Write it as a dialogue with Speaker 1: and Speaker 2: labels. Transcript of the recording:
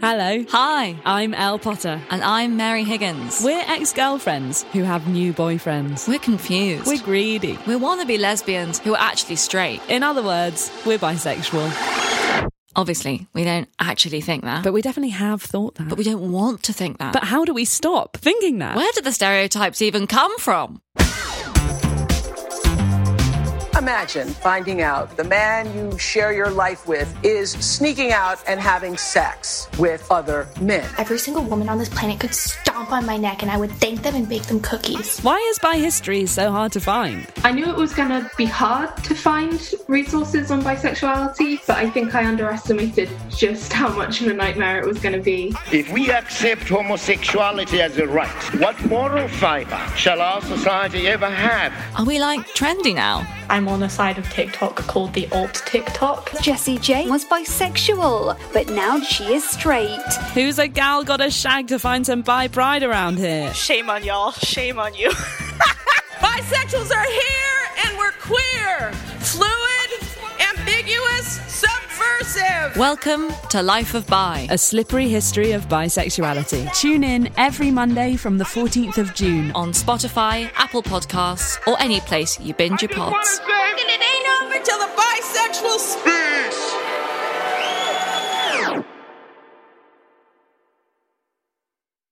Speaker 1: Hello,
Speaker 2: Hi,
Speaker 1: I'm Elle Potter.
Speaker 2: and I'm Mary Higgins.
Speaker 1: We're ex girlfriends who have new boyfriends.
Speaker 2: We're confused.
Speaker 1: We're greedy.
Speaker 2: We're wannabe lesbians who are actually straight.
Speaker 1: In other words, we're bisexual.
Speaker 2: Obviously, we don't actually think that,
Speaker 1: But we definitely have thought that.
Speaker 2: but we don't want to think that.
Speaker 1: But how do we stop thinking that?
Speaker 2: Where did the stereotypes even come from?
Speaker 3: Imagine finding out the man you share your life with is sneaking out and having sex with other men.
Speaker 4: Every single woman on this planet could stomp on my neck and I would thank them and bake them cookies.
Speaker 1: Why is bi history so hard to find?
Speaker 5: I knew it was going to be hard to find resources on bisexuality, but I think I underestimated just how much of a nightmare it was going to be.
Speaker 6: If we accept homosexuality as a right, what moral fiber shall our society ever have?
Speaker 2: Are we like trendy now?
Speaker 7: I'm on a side of TikTok called the alt TikTok.
Speaker 8: Jessie J was bisexual, but now she is straight.
Speaker 1: Who's a gal got a shag to find some bi pride around here?
Speaker 9: Shame on y'all. Shame on you. Bisexuals are here and we're queer. Fluid, ambiguous, subversive.
Speaker 2: Welcome to Life of Bi.
Speaker 1: A slippery history of bisexuality. Tune in every Monday from the 14th of June.
Speaker 2: On Spotify, Apple Podcasts, or any place you binge your pods.
Speaker 9: And it ain't over till the bisexuals speak.